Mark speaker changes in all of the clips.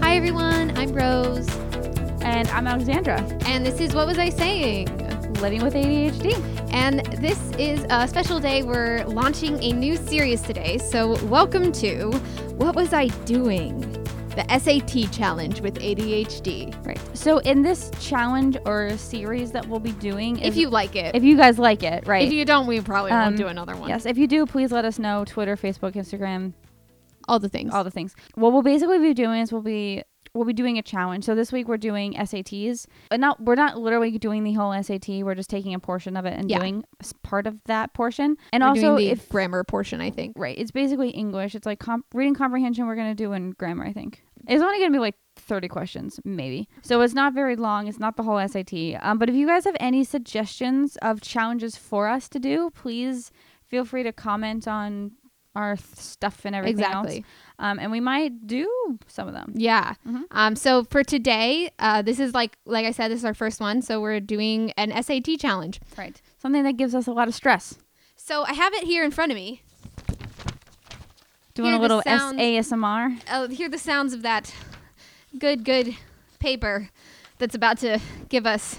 Speaker 1: Hi, everyone. I'm Rose.
Speaker 2: And I'm Alexandra,
Speaker 1: And this is What Was I Saying?
Speaker 2: living with ADHD.
Speaker 1: And this is a special day. We're launching a new series today. So, welcome to What Was I Doing? The SAT challenge with ADHD.
Speaker 2: Right. So in this challenge or series that we'll be doing,
Speaker 1: If
Speaker 2: is-
Speaker 1: you like it.
Speaker 2: if you guys like it, right?
Speaker 1: If you don't, we probably
Speaker 2: Um,
Speaker 1: won't do another one.
Speaker 2: yes. If you do, please let us know. Twitter, Facebook, Instagram,
Speaker 1: All the things.
Speaker 2: all the things. What we'll basically be doing is we'll be we'll be doing a challenge. So this week we're doing SATs. And not we're not literally doing the whole SAT. We're just taking a portion of it and
Speaker 1: Yeah.
Speaker 2: doing s- part of that portion. And
Speaker 1: We're
Speaker 2: also
Speaker 1: doing the
Speaker 2: if
Speaker 1: grammar portion, I think.
Speaker 2: right, it's basically English. It's like comp- reading comprehension. We're gonna do in grammar. I think it's only gonna be like. 30 questions maybe so it's not very long it's not the whole sat um, but if you guys have any suggestions of challenges for us to do please feel free to comment on our th- stuff and everything else
Speaker 1: Exactly.
Speaker 2: um, and we might do some of them.
Speaker 1: Yeah.
Speaker 2: Mhm.
Speaker 1: Um, so for today, uh, this is like like I said, this is our first one. So we're doing an SAT challenge.
Speaker 2: Right. Something that gives us a lot of stress.
Speaker 1: So I have it here in front of me.
Speaker 2: Doing
Speaker 1: Hear
Speaker 2: a
Speaker 1: the
Speaker 2: little
Speaker 1: sounds.
Speaker 2: ASMR.
Speaker 1: I'll Oh, hear the sounds of that good, good paper that's about to give us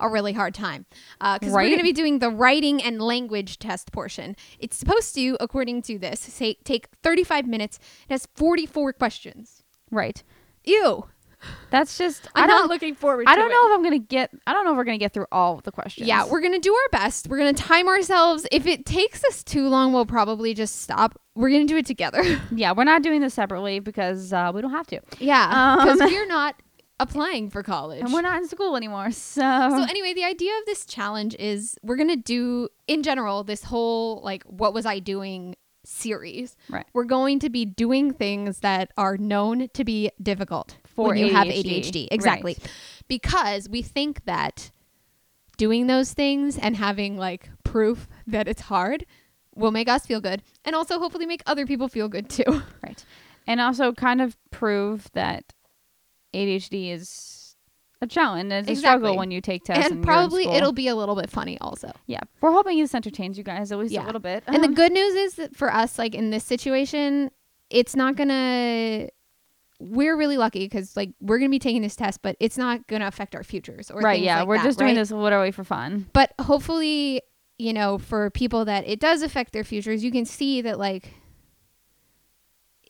Speaker 1: a really hard time. Because
Speaker 2: Right?
Speaker 1: we're going to be doing the writing and language test portion. It's supposed to, according to this, say, take 35 minutes. It has 44 questions.
Speaker 2: Right.
Speaker 1: Ew.
Speaker 2: That's just
Speaker 1: I'm
Speaker 2: I
Speaker 1: not
Speaker 2: don't
Speaker 1: looking forward
Speaker 2: I
Speaker 1: to
Speaker 2: don't
Speaker 1: it.
Speaker 2: know if I'm gonna get I don't know if we're gonna get through all the questions.
Speaker 1: Yeah, we're going to do our best. We're going to time ourselves. If it takes us too long, we'll probably just stop. We're going to do it together.
Speaker 2: yeah, we're not doing this separately because uh, we don't have to.
Speaker 1: yeah.
Speaker 2: Um,
Speaker 1: Because we're not applying for college.
Speaker 2: And we're not in school anymore. So,
Speaker 1: So anyway, the idea of this challenge is we're gonna do in general this whole like what was I doing series.
Speaker 2: Right.
Speaker 1: We're going to be doing things that are known to be difficult
Speaker 2: For
Speaker 1: when you have
Speaker 2: ADHD.
Speaker 1: ADHD. Exactly. Because we think that doing those things and having like proof that it's hard will make us feel good and also hopefully make other people feel good too.
Speaker 2: right. And also kind of prove that ADHD is a challenge. It's a
Speaker 1: Exactly.
Speaker 2: struggle when you take tests.
Speaker 1: and
Speaker 2: you're in
Speaker 1: probably
Speaker 2: school.
Speaker 1: it'll be a little bit funny also.
Speaker 2: Yeah. We're hoping this entertains you guys at least
Speaker 1: Yeah.
Speaker 2: a little bit. Um,
Speaker 1: And the good news is that for us, like in this situation, it's not gonna. We're really lucky because like we're gonna be taking this test, but it's not gonna affect our futures or
Speaker 2: right,
Speaker 1: things
Speaker 2: yeah.
Speaker 1: like
Speaker 2: we're
Speaker 1: that,
Speaker 2: just doing
Speaker 1: right?
Speaker 2: this literally for fun.
Speaker 1: But hopefully, you know, for people that it does affect their futures, you can see that like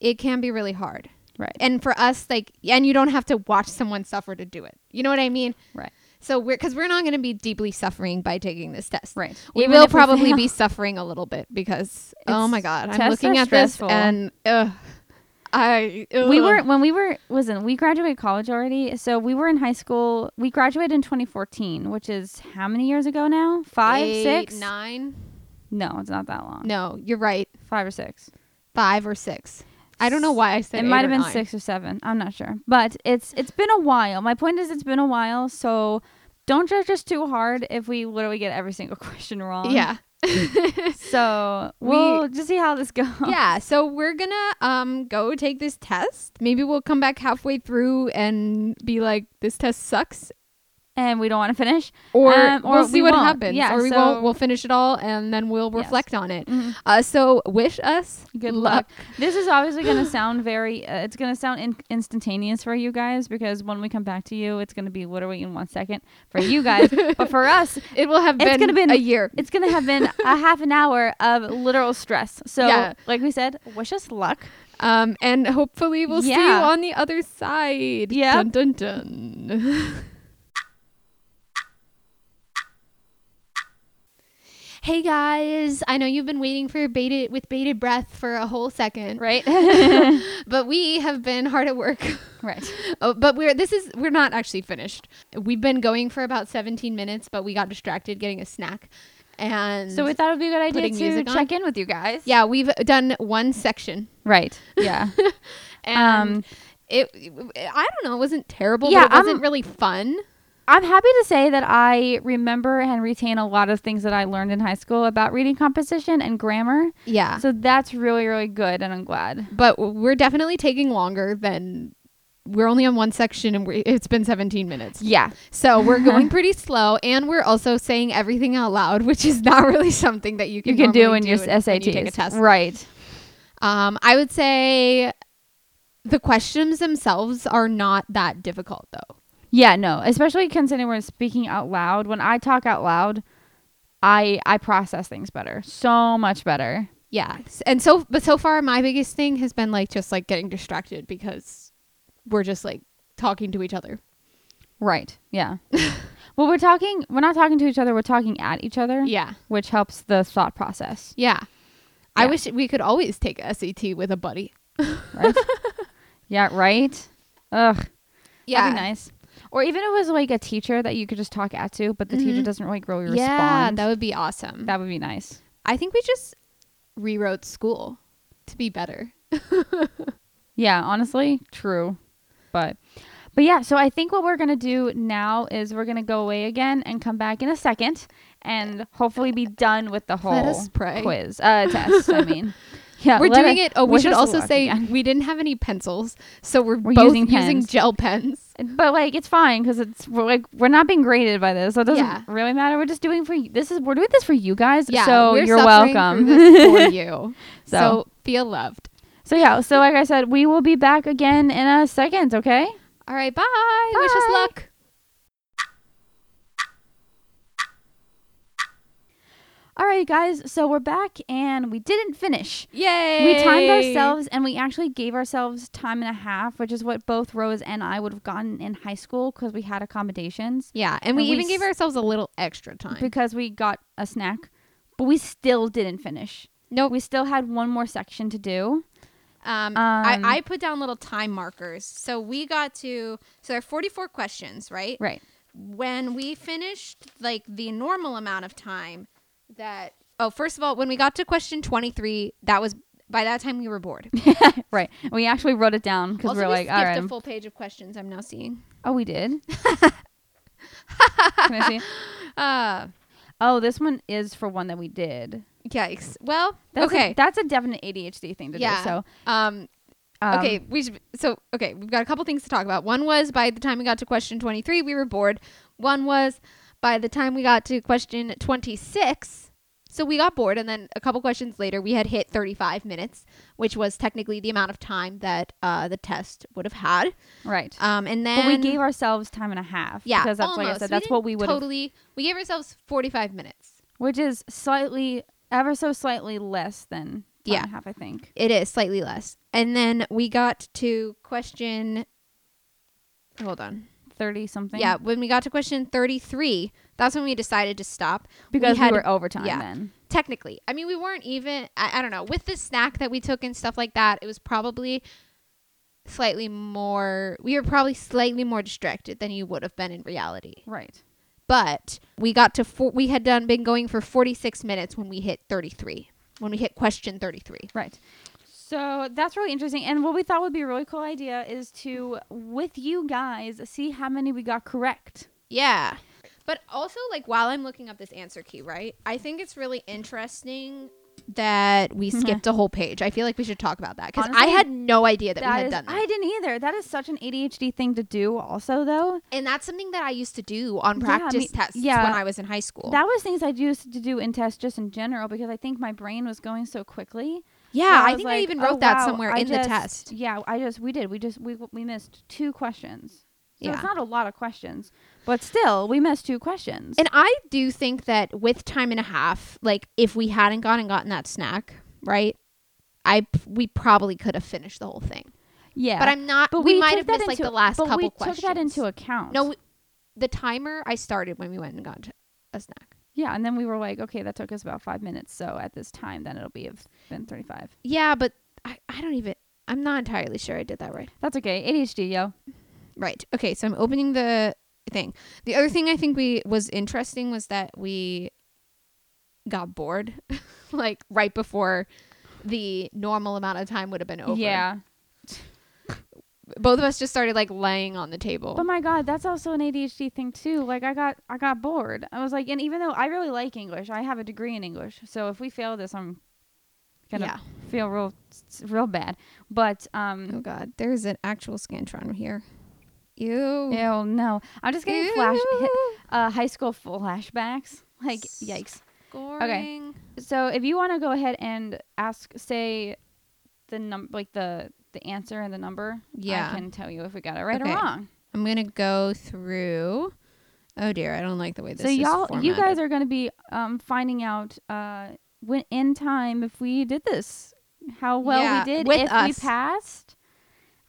Speaker 1: it can be really hard.
Speaker 2: Right.
Speaker 1: And for us, like, and you don't have to watch someone suffer to do it. You know what I mean?
Speaker 2: Right.
Speaker 1: So we're because we're not gonna be deeply suffering by taking this test.
Speaker 2: Right.
Speaker 1: We
Speaker 2: Even
Speaker 1: will
Speaker 2: if
Speaker 1: probably
Speaker 2: fail.
Speaker 1: be suffering a little bit because oh
Speaker 2: It's-
Speaker 1: my god, I'm
Speaker 2: tests
Speaker 1: looking
Speaker 2: are
Speaker 1: at
Speaker 2: stressful.
Speaker 1: this and ugh, I ugh.
Speaker 2: We were when we were listen, we graduated college already. So we were in high school. We graduated in 2014, which is how many years ago now? Five,
Speaker 1: Eight,
Speaker 2: six?
Speaker 1: nine.
Speaker 2: No, it's not that long.
Speaker 1: No, you're right,
Speaker 2: Five or six.
Speaker 1: five or six. I don't know why I said
Speaker 2: It
Speaker 1: eight
Speaker 2: might
Speaker 1: or
Speaker 2: have been
Speaker 1: nine.
Speaker 2: six or seven. I'm not sure, but it's it's been a while. My point is, it's been a while. So don't judge us too hard if we literally get every single question wrong.
Speaker 1: Yeah,
Speaker 2: So
Speaker 1: We-
Speaker 2: we'll just see how this goes.
Speaker 1: yeah. So we're gonna um go take this test. Maybe we'll come back halfway through and be like, "This test sucks,"
Speaker 2: And we don't want to finish.
Speaker 1: or,
Speaker 2: Um, or
Speaker 1: we'll see
Speaker 2: we
Speaker 1: what
Speaker 2: won't.
Speaker 1: happens.
Speaker 2: Yeah,
Speaker 1: or we
Speaker 2: so-
Speaker 1: won't. We'll finish it all and then we'll
Speaker 2: Yes.
Speaker 1: reflect on it.
Speaker 2: Mhm.
Speaker 1: Uh, so wish us
Speaker 2: Good luck. This is obviously going to sound very, uh, it's going to sound in- instantaneous for you guys because when we come back to you, it's going to be literally in one second for you guys. but for us,
Speaker 1: It will have
Speaker 2: It's
Speaker 1: been,
Speaker 2: gonna been-
Speaker 1: a year.
Speaker 2: it's going to have been a half an hour of literal stress. So,
Speaker 1: Yeah.
Speaker 2: like we said, wish us luck.
Speaker 1: Um, and hopefully we'll see you
Speaker 2: Yeah.
Speaker 1: on the other side.
Speaker 2: Yep.
Speaker 1: Dun, dun, dun. hey guys, I know you've been waiting for baited with bated breath for a whole second,
Speaker 2: Right?
Speaker 1: but we have been hard at work.
Speaker 2: right.
Speaker 1: oh, but we're this is we're not actually finished. We've been going for about 17 minutes, but we got distracted getting a snack. And
Speaker 2: So, we thought it would be a good idea
Speaker 1: Putting
Speaker 2: to
Speaker 1: music on?
Speaker 2: check in with you guys.
Speaker 1: yeah, we've done one section.
Speaker 2: Right. Yeah.
Speaker 1: and
Speaker 2: Um,
Speaker 1: it i don't know it wasn't terrible
Speaker 2: Yeah,
Speaker 1: but it wasn't
Speaker 2: I'm-
Speaker 1: really fun
Speaker 2: I'm happy to say that I remember and retain a lot of things that I learned in high school about reading composition and grammar.
Speaker 1: yeah
Speaker 2: So, that's really, really good. And I'm glad.
Speaker 1: but we're definitely taking longer than we're only on one section and we it's been 17 minutes
Speaker 2: Yeah.
Speaker 1: so we're going pretty slow and we're also saying everything out loud which is not really something that you can,
Speaker 2: you can do
Speaker 1: normally
Speaker 2: in your
Speaker 1: when- when
Speaker 2: SATs.
Speaker 1: you take a test
Speaker 2: Right.
Speaker 1: um i would Um, say the questions themselves are not that difficult though.
Speaker 2: Yeah, no, especially considering we're speaking out loud. When I talk out loud, I I process things better, so much better.
Speaker 1: Yeah. S- And so but so far my biggest thing has been like just like getting distracted because we're just like talking to each other.
Speaker 2: Right. Yeah. well, we're talking. We're not talking to each other. We're talking at each other.
Speaker 1: Yeah.
Speaker 2: Which helps the thought process,
Speaker 1: Yeah. I
Speaker 2: Yeah.
Speaker 1: wish we could always take SAT with a buddy.
Speaker 2: right? yeah. Right. Ugh.
Speaker 1: Yeah.
Speaker 2: That'd be nice. Or even if it was like a teacher that you could just talk at to, but the teacher
Speaker 1: Mhm.
Speaker 2: doesn't like really
Speaker 1: Yeah,
Speaker 2: respond.
Speaker 1: that would be awesome.
Speaker 2: that would be nice.
Speaker 1: I think we just rewrote school to be better.
Speaker 2: Yeah, honestly, true. But but yeah, so I think what we're gonna do now is we're gonna go away again and come back in a second and hopefully be done with the whole
Speaker 1: us Oh, pray.
Speaker 2: quiz. Uh test, I mean. Yeah.
Speaker 1: we're
Speaker 2: let
Speaker 1: doing
Speaker 2: us-
Speaker 1: it. Oh, we
Speaker 2: let
Speaker 1: should
Speaker 2: us
Speaker 1: also
Speaker 2: watch
Speaker 1: say
Speaker 2: again.
Speaker 1: we didn't have any pencils, so we're,
Speaker 2: We're
Speaker 1: both
Speaker 2: using
Speaker 1: using,
Speaker 2: pens.
Speaker 1: gel pens.
Speaker 2: But like it's fine because it's we're like we're not being graded by this, so it doesn't
Speaker 1: Yeah.
Speaker 2: really matter. We're just doing for you. this is we're doing this for you guys.
Speaker 1: Yeah,
Speaker 2: so
Speaker 1: we're
Speaker 2: you're
Speaker 1: suffering through
Speaker 2: welcome.
Speaker 1: this for you. so.
Speaker 2: So.
Speaker 1: feel loved.
Speaker 2: So yeah, so like I said, we will be back again in a second, okay?
Speaker 1: All right, bye. Wish us
Speaker 2: Bye.
Speaker 1: luck.
Speaker 2: All right, guys. So we're back and we didn't finish.
Speaker 1: Yay!
Speaker 2: We timed ourselves and we actually gave ourselves time and a half, which is what both Rose and I would have gotten in high school because we had accommodations
Speaker 1: Yeah, and we
Speaker 2: And we
Speaker 1: even gave
Speaker 2: s-
Speaker 1: ourselves a little extra time.
Speaker 2: because we got a snack, but we still didn't finish.
Speaker 1: Nope.
Speaker 2: We still had one more section to do.
Speaker 1: Um,
Speaker 2: Um,
Speaker 1: I, I put down little time markers. So we got to so there are 44 questions, right?
Speaker 2: Right.
Speaker 1: When we finished like the normal amount of time that oh, first of all, when we got to question 23, that was by that time we were bored.
Speaker 2: Right. We actually wrote it down because
Speaker 1: Also,
Speaker 2: we were
Speaker 1: we
Speaker 2: like,
Speaker 1: skipped
Speaker 2: all right.
Speaker 1: a full page of questions. I'm now seeing.
Speaker 2: oh, we did. Can I see?
Speaker 1: Uh,
Speaker 2: Oh, this one is for one that we did.
Speaker 1: yikes. Well,
Speaker 2: That's
Speaker 1: okay.
Speaker 2: A, that's a definite ADHD thing to
Speaker 1: Yeah.
Speaker 2: do. So
Speaker 1: um,
Speaker 2: um,
Speaker 1: okay, we should, so okay, we've got a couple things to talk about. One was by the time we got to question 23, we were bored. One was by the time we got to question 26, so we got bored and then a couple questions later we had hit 35 minutes, which was technically the amount of time that uh, the test would have had.
Speaker 2: Right.
Speaker 1: Um, and then
Speaker 2: but we gave ourselves time and a half.
Speaker 1: yeah,
Speaker 2: Because that's like I
Speaker 1: almost.
Speaker 2: said, that's what
Speaker 1: didn't
Speaker 2: we would have
Speaker 1: totally we gave ourselves 45 minutes.
Speaker 2: which is slightly ever so slightly less than yeah.
Speaker 1: Yeah.
Speaker 2: and a half, I think.
Speaker 1: It is slightly less. And then we got to question. Hold on.
Speaker 2: Thirty something.
Speaker 1: Yeah, when we got to question 33, that's when we decided to stop.
Speaker 2: Because we,
Speaker 1: we had-
Speaker 2: were overtime
Speaker 1: yeah.
Speaker 2: then.
Speaker 1: Technically, I mean, we weren't even, I, I don't know, with the snack that we took and stuff like that, it was probably slightly more, we were probably slightly more distracted than you would have been in reality.
Speaker 2: Right.
Speaker 1: But we got to, four, we had done, been going for 46 minutes when we hit 33, when we hit question 33.
Speaker 2: Right. So that's really interesting. And what we thought would be a really cool idea is to with you guys see how many we got correct.
Speaker 1: Yeah. But also, like, while I'm looking up this answer key, right? I think it's really interesting that we skipped a whole page. I feel like we should talk about that because I
Speaker 2: Mm-hmm. Honestly,
Speaker 1: had no idea that, we
Speaker 2: That
Speaker 1: had
Speaker 2: is,
Speaker 1: done that.
Speaker 2: I didn't either. That is such an ADHD thing to do also though.
Speaker 1: and that's something that I used to do on
Speaker 2: Yeah, I
Speaker 1: practice
Speaker 2: mean-
Speaker 1: tests
Speaker 2: yeah.
Speaker 1: when I was in high school.
Speaker 2: That was things I used to do in tests just in general because I think my brain was going so quickly.
Speaker 1: yeah, I
Speaker 2: was
Speaker 1: think I
Speaker 2: like,
Speaker 1: even
Speaker 2: "Oh,
Speaker 1: wrote that
Speaker 2: wow,
Speaker 1: somewhere
Speaker 2: I
Speaker 1: in
Speaker 2: just-
Speaker 1: the test.
Speaker 2: Yeah, I just we did. We just we we missed two questions. So
Speaker 1: Yeah.
Speaker 2: it's not a lot of questions, but still we missed two questions.
Speaker 1: And I do think that with time and a half, like, if we hadn't gone and gotten that snack, right? I we probably could have finished the whole thing,
Speaker 2: yeah,
Speaker 1: but I'm not.
Speaker 2: But
Speaker 1: we, might
Speaker 2: took
Speaker 1: have
Speaker 2: that
Speaker 1: missed like
Speaker 2: into-
Speaker 1: the last
Speaker 2: but
Speaker 1: couple
Speaker 2: we
Speaker 1: questions.
Speaker 2: took that into account.
Speaker 1: No, we, the timer I started when we went and got a snack.
Speaker 2: yeah, and then we were like, okay, that took us about five minutes. So at this time, then it'll be have been thirty five.
Speaker 1: Yeah, but I, I don't even. I'm not entirely sure I did that right.
Speaker 2: That's okay. ADHD, yo.
Speaker 1: Right. Okay, so I'm opening the thing. The other thing I think we was interesting was that we got bored, like right before the normal amount of time would have been over.
Speaker 2: Yeah,
Speaker 1: Both of us just started like laying on the table.
Speaker 2: but my God, that's also an ADHD thing too. Like I got I got bored. I was like, and even though I really like English, I have a degree in English. So if we fail this, I'm gonna
Speaker 1: yeah.
Speaker 2: feel real s- real bad. But
Speaker 1: Oh
Speaker 2: um
Speaker 1: God, there's an actual scantron here. Ew.
Speaker 2: ew, no. I'm just getting flash hi-
Speaker 1: Oh. Ew.
Speaker 2: uh, high school flashbacks. Like yikes.
Speaker 1: Scoring.
Speaker 2: So if you want to go ahead and ask say the num like the the answer and the number,
Speaker 1: Yeah.
Speaker 2: I can tell you if we got it right
Speaker 1: Okay.
Speaker 2: or wrong.
Speaker 1: I'm gonna go through. Oh dear, I don't like the way this.
Speaker 2: so
Speaker 1: is
Speaker 2: y'all, you guys
Speaker 1: formatted.
Speaker 2: are going to be um, finding out uh, when in time if we did this, how well
Speaker 1: Yeah,
Speaker 2: we did,
Speaker 1: with
Speaker 2: if
Speaker 1: us.
Speaker 2: we passed.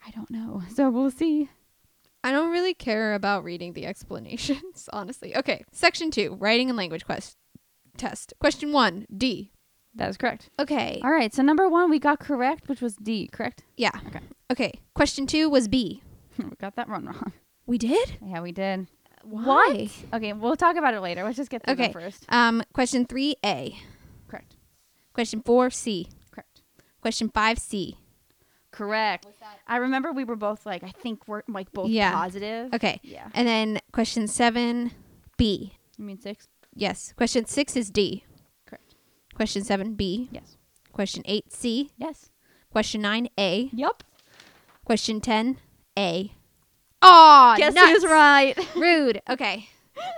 Speaker 2: I don't know, so we'll see.
Speaker 1: I don't really care about reading the explanations, honestly. Okay, section two: writing and language quest test. Question one, D.
Speaker 2: That is correct.
Speaker 1: Okay.
Speaker 2: All right, so number one we got correct, which was D. Correct?
Speaker 1: Yeah.
Speaker 2: Okay.
Speaker 1: Okay. Question two was B.
Speaker 2: we got that one wrong.
Speaker 1: We did.
Speaker 2: Yeah, we did.
Speaker 1: Why?
Speaker 2: Okay, we'll talk about it later. Let's just get through
Speaker 1: Okay.
Speaker 2: that first.
Speaker 1: Um. Question three A.
Speaker 2: Correct.
Speaker 1: Question four C.
Speaker 2: Correct.
Speaker 1: Question five C.
Speaker 2: Correct. I remember we were both like, I think we're like both
Speaker 1: Yeah.
Speaker 2: positive.
Speaker 1: Okay.
Speaker 2: Yeah.
Speaker 1: And then question seven B.
Speaker 2: You mean six?
Speaker 1: Yes. Question six is D.
Speaker 2: Correct.
Speaker 1: Question seven B.
Speaker 2: Yes.
Speaker 1: Question eight C.
Speaker 2: Yes.
Speaker 1: Question nine A.
Speaker 2: Yep.
Speaker 1: Question ten A. Oh,
Speaker 2: Guess
Speaker 1: nuts.
Speaker 2: who's right?
Speaker 1: Rude. Okay.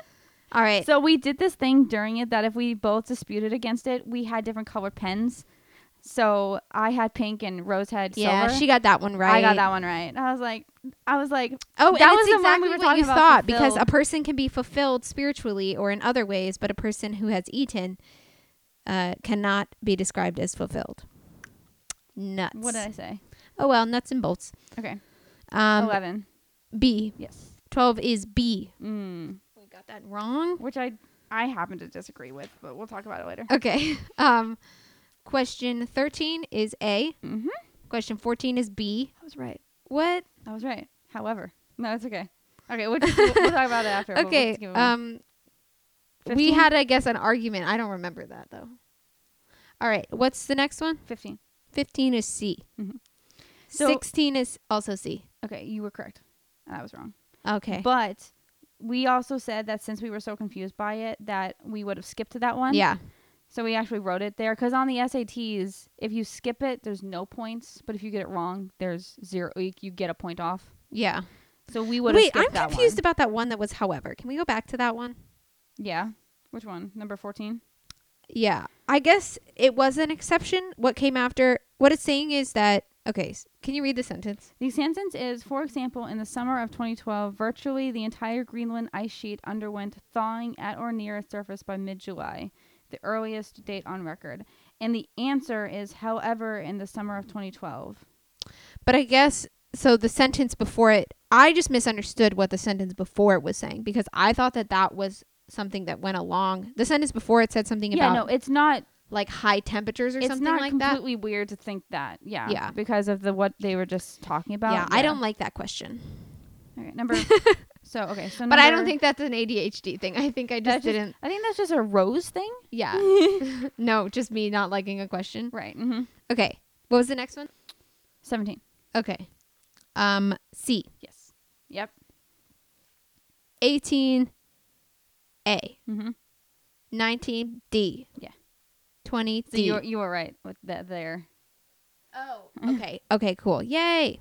Speaker 1: All right.
Speaker 2: so we did this thing during it that if we both disputed against it, we had different colored pens. So I had pink and Rose had
Speaker 1: yeah,
Speaker 2: silver.
Speaker 1: she got that one right.
Speaker 2: I got that one right. I was like, I was like,
Speaker 1: Oh,
Speaker 2: That
Speaker 1: and it's
Speaker 2: was the one
Speaker 1: exactly
Speaker 2: we were
Speaker 1: what
Speaker 2: talking
Speaker 1: you
Speaker 2: about,
Speaker 1: thought because a
Speaker 2: fulfilled.
Speaker 1: person can be fulfilled spiritually or in other ways, but a person who has eaten uh, cannot be described as fulfilled. Nuts.
Speaker 2: what did I say?
Speaker 1: oh well, nuts and bolts.
Speaker 2: Okay, Oh,
Speaker 1: Um,
Speaker 2: eleven.
Speaker 1: B
Speaker 2: Yes.
Speaker 1: twelve is B.
Speaker 2: Mm.
Speaker 1: We got that wrong.
Speaker 2: Which I I happen to disagree with, but we'll talk about it later.
Speaker 1: Okay. Um, question thirteen is A.
Speaker 2: Mm-hmm.
Speaker 1: Question fourteen is B.
Speaker 2: I was right.
Speaker 1: What?
Speaker 2: I was right. However, no, it's okay. Okay, we'll, just, we'll, we'll talk about it after. but we'll
Speaker 1: okay.
Speaker 2: just give 'em
Speaker 1: Um, we
Speaker 2: 15?
Speaker 1: had, I guess, an argument. I don't remember that though. All right. What's the next one?
Speaker 2: 15.
Speaker 1: 15 is C.
Speaker 2: Mhm. So-
Speaker 1: 16 is also C.
Speaker 2: Okay, you were correct. And I was wrong.
Speaker 1: Okay.
Speaker 2: But we also said that since we were so confused by it, that we would have skipped to that one.
Speaker 1: yeah.
Speaker 2: So we actually wrote it there because on the SATs, if you skip it, there's no points. But if you get it wrong, there's zero. You, you get a point off.
Speaker 1: Yeah.
Speaker 2: So we would have
Speaker 1: Wait,
Speaker 2: skipped
Speaker 1: I'm
Speaker 2: that
Speaker 1: confused
Speaker 2: one.
Speaker 1: about that one that was however. Can we go back to that one?
Speaker 2: yeah. Which one? Number 14?
Speaker 1: Yeah. I guess it was an exception. What came after, what it's saying is that, okay, s- can you read the sentence?
Speaker 2: The sentence is, for example, in the summer of 2012, virtually the entire Greenland ice sheet underwent thawing at or near its surface by mid July, the earliest date on record. And the answer is, however, in the summer of 2012.
Speaker 1: But I guess, so the sentence before it, I just misunderstood what the sentence before it was saying because I thought that that was something that went along. The sentence before it said something
Speaker 2: yeah,
Speaker 1: about
Speaker 2: no, it's not.
Speaker 1: like high temperatures or
Speaker 2: It's
Speaker 1: something
Speaker 2: not
Speaker 1: like that.
Speaker 2: completely weird to think that. Yeah.
Speaker 1: Yeah.
Speaker 2: Because of the what they were just talking about.
Speaker 1: yeah, I don't like that question.
Speaker 2: Okay, number. so okay, so
Speaker 1: But I don't
Speaker 2: number-
Speaker 1: think that's an ADHD thing. I think I just
Speaker 2: that's
Speaker 1: didn't.
Speaker 2: I think that's just a rose thing.
Speaker 1: Yeah. no, just me not liking a question.
Speaker 2: Right. hmm
Speaker 1: Okay. What was the next one?
Speaker 2: Seventeen.
Speaker 1: Okay. Um C.
Speaker 2: Yes. Yep.
Speaker 1: 18 A.
Speaker 2: Mm-hmm.
Speaker 1: 19 D.
Speaker 2: Yeah.
Speaker 1: 20
Speaker 2: So
Speaker 1: D.
Speaker 2: you were- you were right with that there.
Speaker 1: oh,
Speaker 2: Mm-hmm.
Speaker 1: okay. Okay, cool. Yay.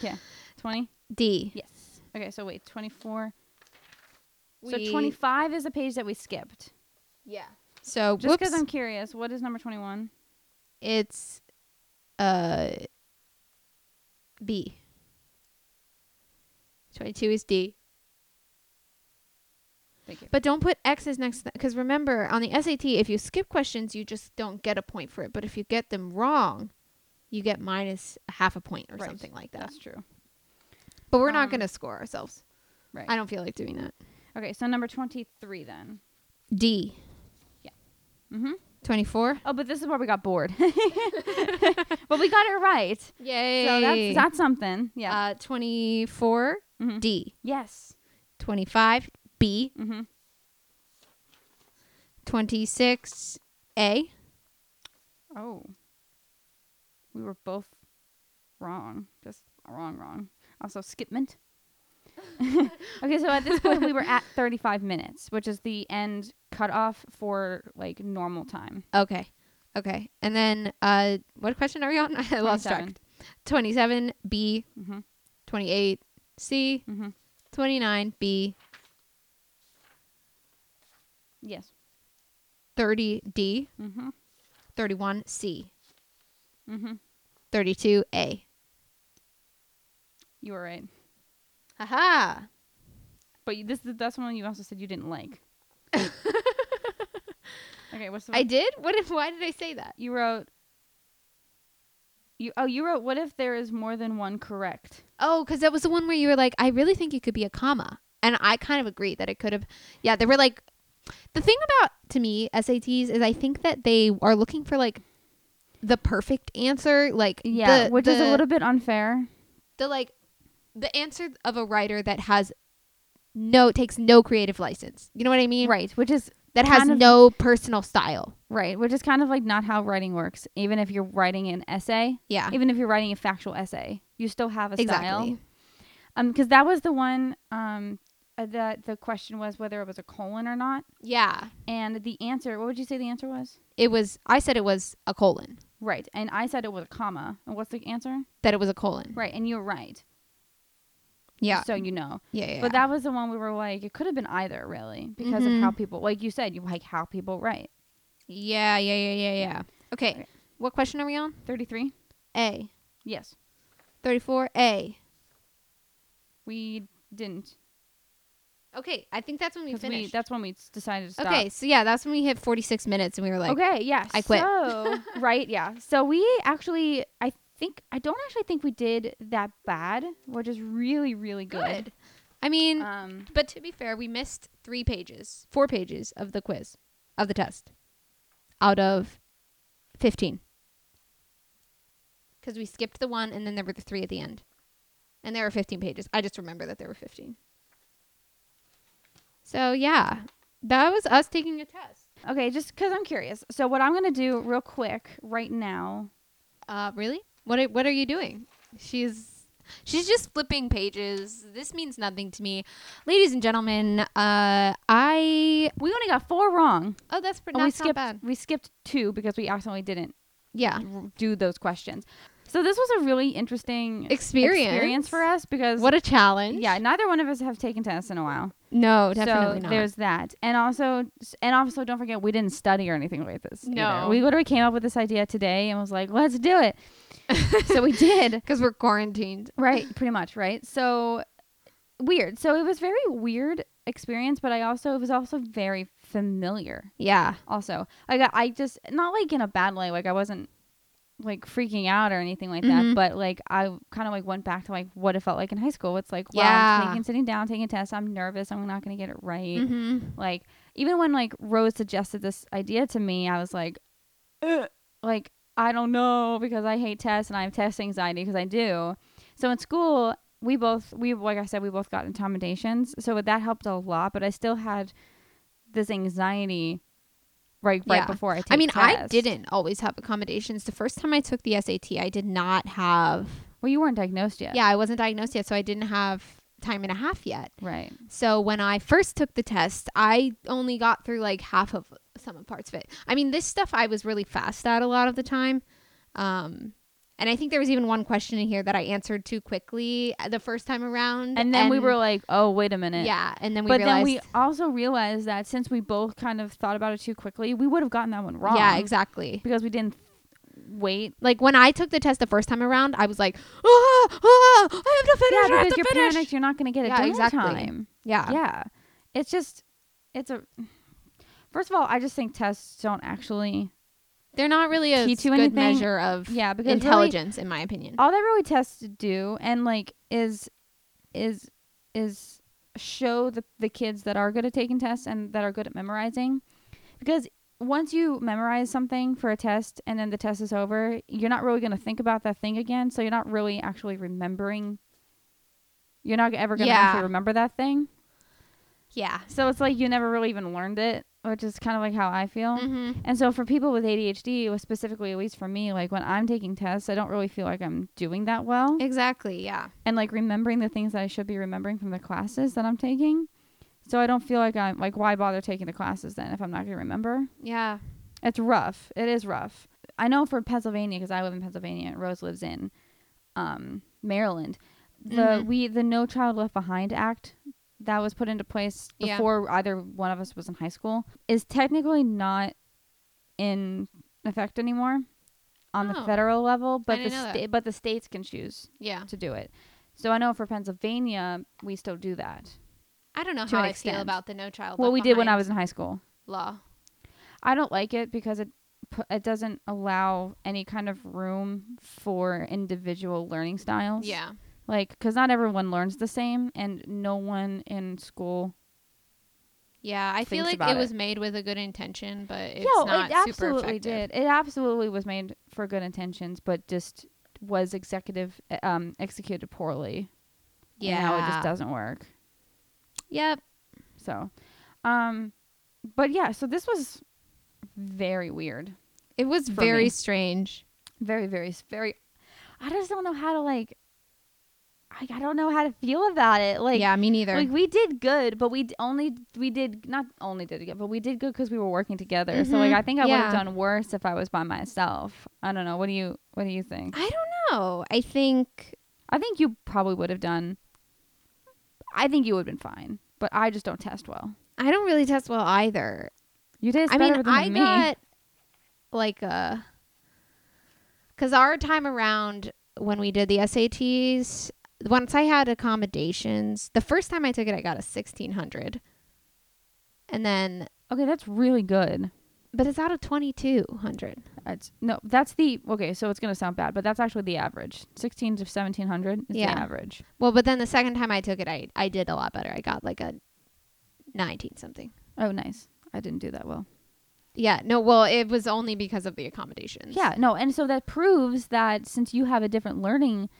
Speaker 2: Yeah. 20?
Speaker 1: D.
Speaker 2: Yes. Okay, so wait, 24.
Speaker 1: We-
Speaker 2: So 25 is the page that we skipped.
Speaker 1: Yeah. So
Speaker 2: Just
Speaker 1: whoops.
Speaker 2: because I'm curious, what is number 21?
Speaker 1: it's uh B. 22 is D.
Speaker 2: Thank you.
Speaker 1: But don't put X's next to that. Because remember, on the SAT, if you skip questions, you just don't get a point for it. But if you get them wrong, you get minus a half a point or
Speaker 2: Right.
Speaker 1: something like that.
Speaker 2: That's true.
Speaker 1: But we're not
Speaker 2: Um,
Speaker 1: going to score ourselves.
Speaker 2: Right.
Speaker 1: I don't feel like doing that.
Speaker 2: Okay, so number 23 then.
Speaker 1: D.
Speaker 2: Mm-hmm.
Speaker 1: 24.
Speaker 2: Oh, but this is where we got bored. but we got it right.
Speaker 1: Yay.
Speaker 2: So that's, that's something. Yeah.
Speaker 1: uh, 24.
Speaker 2: Mhm.
Speaker 1: D.
Speaker 2: yes.
Speaker 1: 25. B.
Speaker 2: Mm-hmm.
Speaker 1: 26. A.
Speaker 2: Oh. We were both wrong. Just wrong, wrong. Also, skipment. okay, so at this point, we were at 35 minutes, which is the end cutoff for like normal time.
Speaker 1: Okay. Okay. And then uh, what question are we on? I lost track.
Speaker 2: 27.
Speaker 1: 27. B.
Speaker 2: Mm-hmm.
Speaker 1: 28. C.
Speaker 2: Mm-hmm.
Speaker 1: 29. B.
Speaker 2: Yes.
Speaker 1: 30D,
Speaker 2: Mm-hmm.
Speaker 1: 31C.
Speaker 2: Mm-hmm.
Speaker 1: 32A.
Speaker 2: You were right.
Speaker 1: Haha.
Speaker 2: But you- this that's one you also said you didn't like. okay, what's the
Speaker 1: I did? What if why did I say that?
Speaker 2: you wrote? You oh you wrote what if there is more than one correct?
Speaker 1: Oh, cuz that was the one where you were like I really think it could be a comma. And I kind of agree that it could have Yeah, they were like The thing about to me SATs is I think that they are looking for like the perfect answer, like
Speaker 2: Yeah,
Speaker 1: the-
Speaker 2: which is
Speaker 1: the-
Speaker 2: a little bit unfair.
Speaker 1: the like the answer of a writer that has no takes no creative license. You know what I mean?
Speaker 2: Right, which is
Speaker 1: That has
Speaker 2: Kind of-
Speaker 1: no personal style.
Speaker 2: right, which is kind of like not how writing works. Even if you're writing an essay,
Speaker 1: Yeah.
Speaker 2: even if you're writing a factual essay, you still have a style.
Speaker 1: Ah. Exactly.
Speaker 2: Um, because that was the one um uh, that the question was whether it was a colon or not,
Speaker 1: Yeah.
Speaker 2: and the answer. What would you say the answer was?
Speaker 1: It was I said it was a colon.
Speaker 2: Right, and I said it was a comma. And what's the answer?
Speaker 1: That it was a colon.
Speaker 2: Right, and you're right.
Speaker 1: Yeah.
Speaker 2: So you know,
Speaker 1: yeah, yeah.
Speaker 2: but that was the one we were like, it could have been either, really, because
Speaker 1: Mhm.
Speaker 2: of how people, like you said, you like how people write.
Speaker 1: yeah, yeah, yeah, yeah, yeah. Okay.
Speaker 2: Okay.
Speaker 1: What question are we on?
Speaker 2: Thirty-three.
Speaker 1: A.
Speaker 2: Yes,
Speaker 1: 34A.
Speaker 2: we didn't.
Speaker 1: Okay, I think that's when we
Speaker 2: 'cause We,
Speaker 1: finished.
Speaker 2: that's when we s- decided to stop.
Speaker 1: okay, so yeah, that's when we hit 46 minutes and we were like,
Speaker 2: okay. Yeah.
Speaker 1: I quit.
Speaker 2: So, right. Yeah. So we actually, I think, I don't actually think we did that bad, which is really, really
Speaker 1: good.
Speaker 2: good.
Speaker 1: I mean,
Speaker 2: Um.
Speaker 1: But to be fair, we missed three pages, four pages of the quiz, of the test, out of 15. Because we skipped the one and then there were the three at the end. And there were 15 pages. I just remember that there were 15. So, yeah, that was us taking a test.
Speaker 2: Okay. Just because I'm curious. So what I'm gonna do real quick right now.
Speaker 1: Uh, really? What are, what are you doing? She's she's just flipping pages. This means nothing to me. Ladies and gentlemen, uh, I
Speaker 2: We only got four wrong.
Speaker 1: oh that's pretty
Speaker 2: and we
Speaker 1: that's not
Speaker 2: skipped.
Speaker 1: bad.
Speaker 2: We skipped two because we accidentally didn't
Speaker 1: Yeah.
Speaker 2: r- do those questions. So this was a really interesting
Speaker 1: Experience.
Speaker 2: for us because
Speaker 1: What a challenge.
Speaker 2: yeah, neither one of us have taken tests in a while.
Speaker 1: No, definitely
Speaker 2: so
Speaker 1: not.
Speaker 2: there's that. And also and also don't forget we didn't study or anything like this. either.
Speaker 1: No.
Speaker 2: We literally came up with this idea today and was like, "Let's do it." so we did.
Speaker 1: Because we're quarantined.
Speaker 2: Right, pretty much, right? So weird. So it was very weird experience, but I also it was also very familiar
Speaker 1: Yeah.
Speaker 2: also like I, I just not like in a bad way like i wasn't like freaking out or anything like
Speaker 1: Mhm.
Speaker 2: that but like i kind of like went back to like what it felt like in high school it's like wow
Speaker 1: Yeah.
Speaker 2: i'm taking sitting down taking tests i'm nervous i'm not gonna get it right
Speaker 1: Mm-hmm.
Speaker 2: like even when like rose suggested this idea to me i was like Ugh. like i don't know because i hate tests and i have test anxiety because i do so in school we both we like i said we both got intimidations so that helped a lot but i still had this anxiety right right
Speaker 1: Yeah.
Speaker 2: before i take
Speaker 1: I mean, I
Speaker 2: tests.
Speaker 1: didn't always have accommodations. The first time I took the SAT, I did not have.
Speaker 2: well you weren't diagnosed yet
Speaker 1: Yeah, I wasn't diagnosed yet, so I didn't have time and a half yet.
Speaker 2: right
Speaker 1: So when I first took the test, I only got through like half of some of parts of it. I mean, this stuff I was really fast at a lot of the time. Um, and I think there was even one question in here that I answered too quickly uh, the first time around.
Speaker 2: and then we were like oh wait a minute
Speaker 1: yeah, and then we
Speaker 2: but
Speaker 1: realized
Speaker 2: then we also realized that since we both kind of thought about it too quickly we would have gotten that one wrong
Speaker 1: Yeah, exactly.
Speaker 2: because we didn't wait.
Speaker 1: Like when I took the test the first time around, I was like, "Ah, ah, I have to finish.
Speaker 2: Yeah,
Speaker 1: I have
Speaker 2: because
Speaker 1: to
Speaker 2: you're
Speaker 1: finish."
Speaker 2: panicked, you're not going to get it
Speaker 1: Yeah,
Speaker 2: done
Speaker 1: exactly.
Speaker 2: in time.
Speaker 1: Yeah.
Speaker 2: Yeah, it's just, it's a. First of all, I just think tests don't actually.
Speaker 1: they're not really a
Speaker 2: Teach you
Speaker 1: good
Speaker 2: anything?
Speaker 1: measure of
Speaker 2: Yeah, because really-
Speaker 1: intelligence, in my opinion.
Speaker 2: all that really tests do and like is, is, is show the the kids that are good at taking tests and that are good at memorizing, because once you memorize something for a test and then the test is over, you're not really going to think about that thing again. So you're not really actually remembering. You're not ever going to
Speaker 1: Yeah.
Speaker 2: actually remember that thing.
Speaker 1: yeah.
Speaker 2: So it's like you never really even learned it, which is kind of like how I feel.
Speaker 1: Mm-hmm.
Speaker 2: And so for people with ADHD, well, specifically at least for me, like when I'm taking tests, I don't really feel like I'm doing that well.
Speaker 1: Exactly. Yeah.
Speaker 2: And like remembering the things that I should be remembering from the classes that I'm taking. So I don't feel like I'm like why bother taking the classes then if I'm not going to remember?
Speaker 1: Yeah.
Speaker 2: It's rough. It is rough. I know for Pennsylvania because I live in Pennsylvania and Rose lives in um, Maryland. The
Speaker 1: Mhm.
Speaker 2: we the No Child Left Behind Act that was put into place
Speaker 1: Yeah.
Speaker 2: before either one of us was in high school is technically not in effect anymore. on the
Speaker 1: Oh.
Speaker 2: federal level, but the
Speaker 1: didn't know that.
Speaker 2: sta- but the states can choose
Speaker 1: Yeah.
Speaker 2: to do it. So I know for Pennsylvania, we still do that.
Speaker 1: I don't know
Speaker 2: To
Speaker 1: how
Speaker 2: an
Speaker 1: I
Speaker 2: extent.
Speaker 1: feel about the no child.
Speaker 2: well,
Speaker 1: Left
Speaker 2: we did when I
Speaker 1: Behind
Speaker 2: was in high school.
Speaker 1: law.
Speaker 2: I don't like it because it pu- it doesn't allow any kind of room for individual learning styles.
Speaker 1: Yeah.
Speaker 2: Like, because not everyone learns the same, and no one in school.
Speaker 1: Yeah, I feel
Speaker 2: thinks
Speaker 1: like it
Speaker 2: about it.
Speaker 1: was made with a good intention, but it's
Speaker 2: Yeah,
Speaker 1: not
Speaker 2: it
Speaker 1: super
Speaker 2: absolutely
Speaker 1: effective.
Speaker 2: did. It absolutely was made for good intentions, but just was executive um, executed poorly.
Speaker 1: Yeah.
Speaker 2: and now it just doesn't work.
Speaker 1: Yep.
Speaker 2: So, um, but yeah, so this was very weird.
Speaker 1: It was
Speaker 2: For
Speaker 1: very
Speaker 2: me.
Speaker 1: strange.
Speaker 2: Very, very, very. I just don't know how to like. I, I don't know how to feel about it. Like,
Speaker 1: yeah, me neither.
Speaker 2: like we did good, but we d- only we did not only did good, but we did good because we were working together. So like,
Speaker 1: Mhm.
Speaker 2: I think I would have
Speaker 1: Yeah.
Speaker 2: done worse if I was by myself. I don't know. What do you What do you think?
Speaker 1: I don't know. I think
Speaker 2: I think you probably would have done. I think you would have been fine, but I just don't test well.
Speaker 1: I don't really test well either.
Speaker 2: You did.
Speaker 1: I mean,
Speaker 2: better than
Speaker 1: I
Speaker 2: me.
Speaker 1: got like a because our time around when we did the SATs, once I had accommodations, the first time I took it, I got a sixteen hundred, and then
Speaker 2: Okay, that's really good.
Speaker 1: but it's out of twenty two hundred.
Speaker 2: That's no, that's the okay. So it's gonna sound bad, but that's actually the average. Sixteen to seventeen hundred is
Speaker 1: Yeah.
Speaker 2: the average.
Speaker 1: Well, but then the second time I took it, I I did a lot better. I got like a nineteen something.
Speaker 2: Oh, nice. I didn't do that well.
Speaker 1: Yeah, no, well, it was only because of the accommodations.
Speaker 2: Yeah, no, and so that proves that since you have a different learning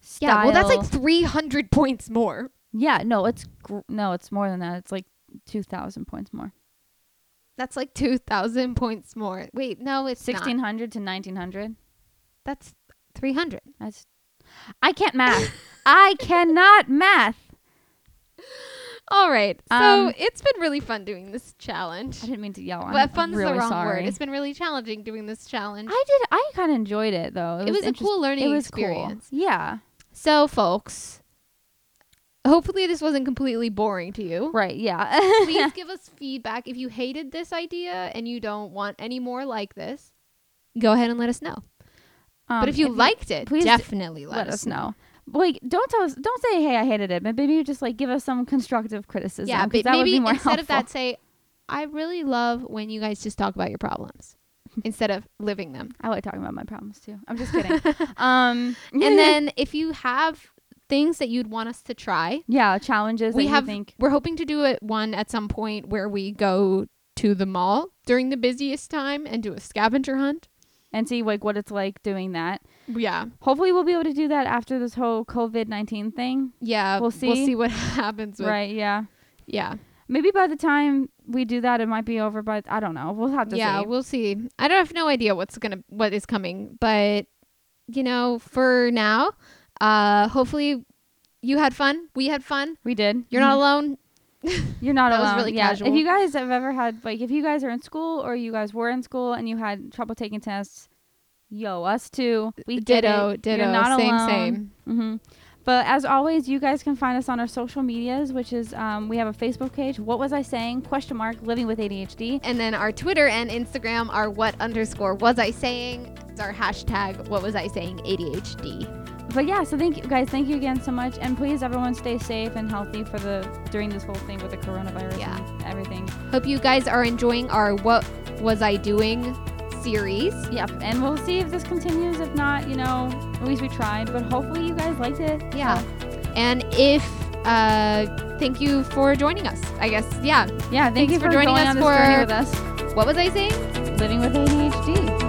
Speaker 2: style,
Speaker 1: Yeah, well, that's like 300 points more.
Speaker 2: yeah, no, it's gr- no, it's more than that. It's like two thousand points more.
Speaker 1: That's like 2,000 points more. Wait, no, it's
Speaker 2: Sixteen
Speaker 1: 16.
Speaker 2: hundred to nineteen hundred.
Speaker 1: That's 300.
Speaker 2: That's I can't math. I cannot math.
Speaker 1: All right. So
Speaker 2: Um,
Speaker 1: it's been really fun doing this challenge.
Speaker 2: I didn't mean to yell. I'm
Speaker 1: But fun's
Speaker 2: really
Speaker 1: the wrong
Speaker 2: sorry.
Speaker 1: word. It's been really challenging doing this challenge.
Speaker 2: I did. I kind of enjoyed it though.
Speaker 1: it was, a
Speaker 2: interest-
Speaker 1: cool learning
Speaker 2: It was
Speaker 1: experience.
Speaker 2: cool. Yeah.
Speaker 1: So, folks, hopefully this wasn't completely boring to you.
Speaker 2: Right. Yeah.
Speaker 1: please give us feedback if you hated this idea and you don't want any more like this go ahead and let us know
Speaker 2: Um,
Speaker 1: but if you liked it
Speaker 2: please
Speaker 1: definitely
Speaker 2: let, us know. Like, don't tell us. Don't say, "Hey, I hated it," but maybe you just like give us some constructive criticism.
Speaker 1: yeah
Speaker 2: 'cause
Speaker 1: but
Speaker 2: that would
Speaker 1: maybe
Speaker 2: be more
Speaker 1: instead of
Speaker 2: helpful.
Speaker 1: that say i really love when you guys just talk about your problems instead of living them
Speaker 2: I like talking about my problems too. I'm just kidding. um,
Speaker 1: and then if you have things that you'd want us to try
Speaker 2: yeah, challenges.
Speaker 1: we
Speaker 2: that
Speaker 1: have
Speaker 2: You think,
Speaker 1: we're hoping to do it one at some point where we go to the mall during the busiest time and do a scavenger hunt
Speaker 2: and see like what it's like doing that.
Speaker 1: yeah
Speaker 2: Hopefully, we'll be able to do that after this whole COVID nineteen thing.
Speaker 1: yeah
Speaker 2: We'll
Speaker 1: we'll
Speaker 2: see.
Speaker 1: see what happens with,
Speaker 2: right? Yeah.
Speaker 1: yeah
Speaker 2: Maybe by the time we do that, it might be over. But I don't know. We'll have to
Speaker 1: yeah
Speaker 2: see.
Speaker 1: we'll see i don't have no idea what's gonna what is coming but you know for now uh hopefully you had fun we had fun
Speaker 2: we did.
Speaker 1: you're
Speaker 2: Mhm.
Speaker 1: not alone
Speaker 2: You're not
Speaker 1: That was
Speaker 2: alone.
Speaker 1: really
Speaker 2: yeah. If
Speaker 1: casual.
Speaker 2: you guys have ever had like if you guys are in school or you guys were in school and you had trouble taking tests, yo, us too. We get
Speaker 1: ditto
Speaker 2: it.
Speaker 1: ditto
Speaker 2: You're not
Speaker 1: same
Speaker 2: alone.
Speaker 1: same
Speaker 2: hmm But as always, you guys can find us on our social medias, which is um, we have a Facebook page. What was I saying? Question mark Living with ADHD.
Speaker 1: and then our twitter and instagram are what underscore was i saying it's our hashtag what was i saying adhd
Speaker 2: But yeah, so thank you guys. Thank you again so much, and please everyone stay safe and healthy for the during this whole thing with the coronavirus
Speaker 1: Yeah.
Speaker 2: and everything.
Speaker 1: hope you guys are enjoying our what was i doing series
Speaker 2: Yep, and we'll see if this continues. If not, you know, at least we tried. But hopefully, you guys liked it.
Speaker 1: yeah and if uh thank you for joining us i guess yeah
Speaker 2: Yeah, thank
Speaker 1: Thanks
Speaker 2: you
Speaker 1: for
Speaker 2: for,
Speaker 1: joining us
Speaker 2: going on this journey
Speaker 1: for-
Speaker 2: with us,
Speaker 1: what was i saying
Speaker 2: living with ADHD.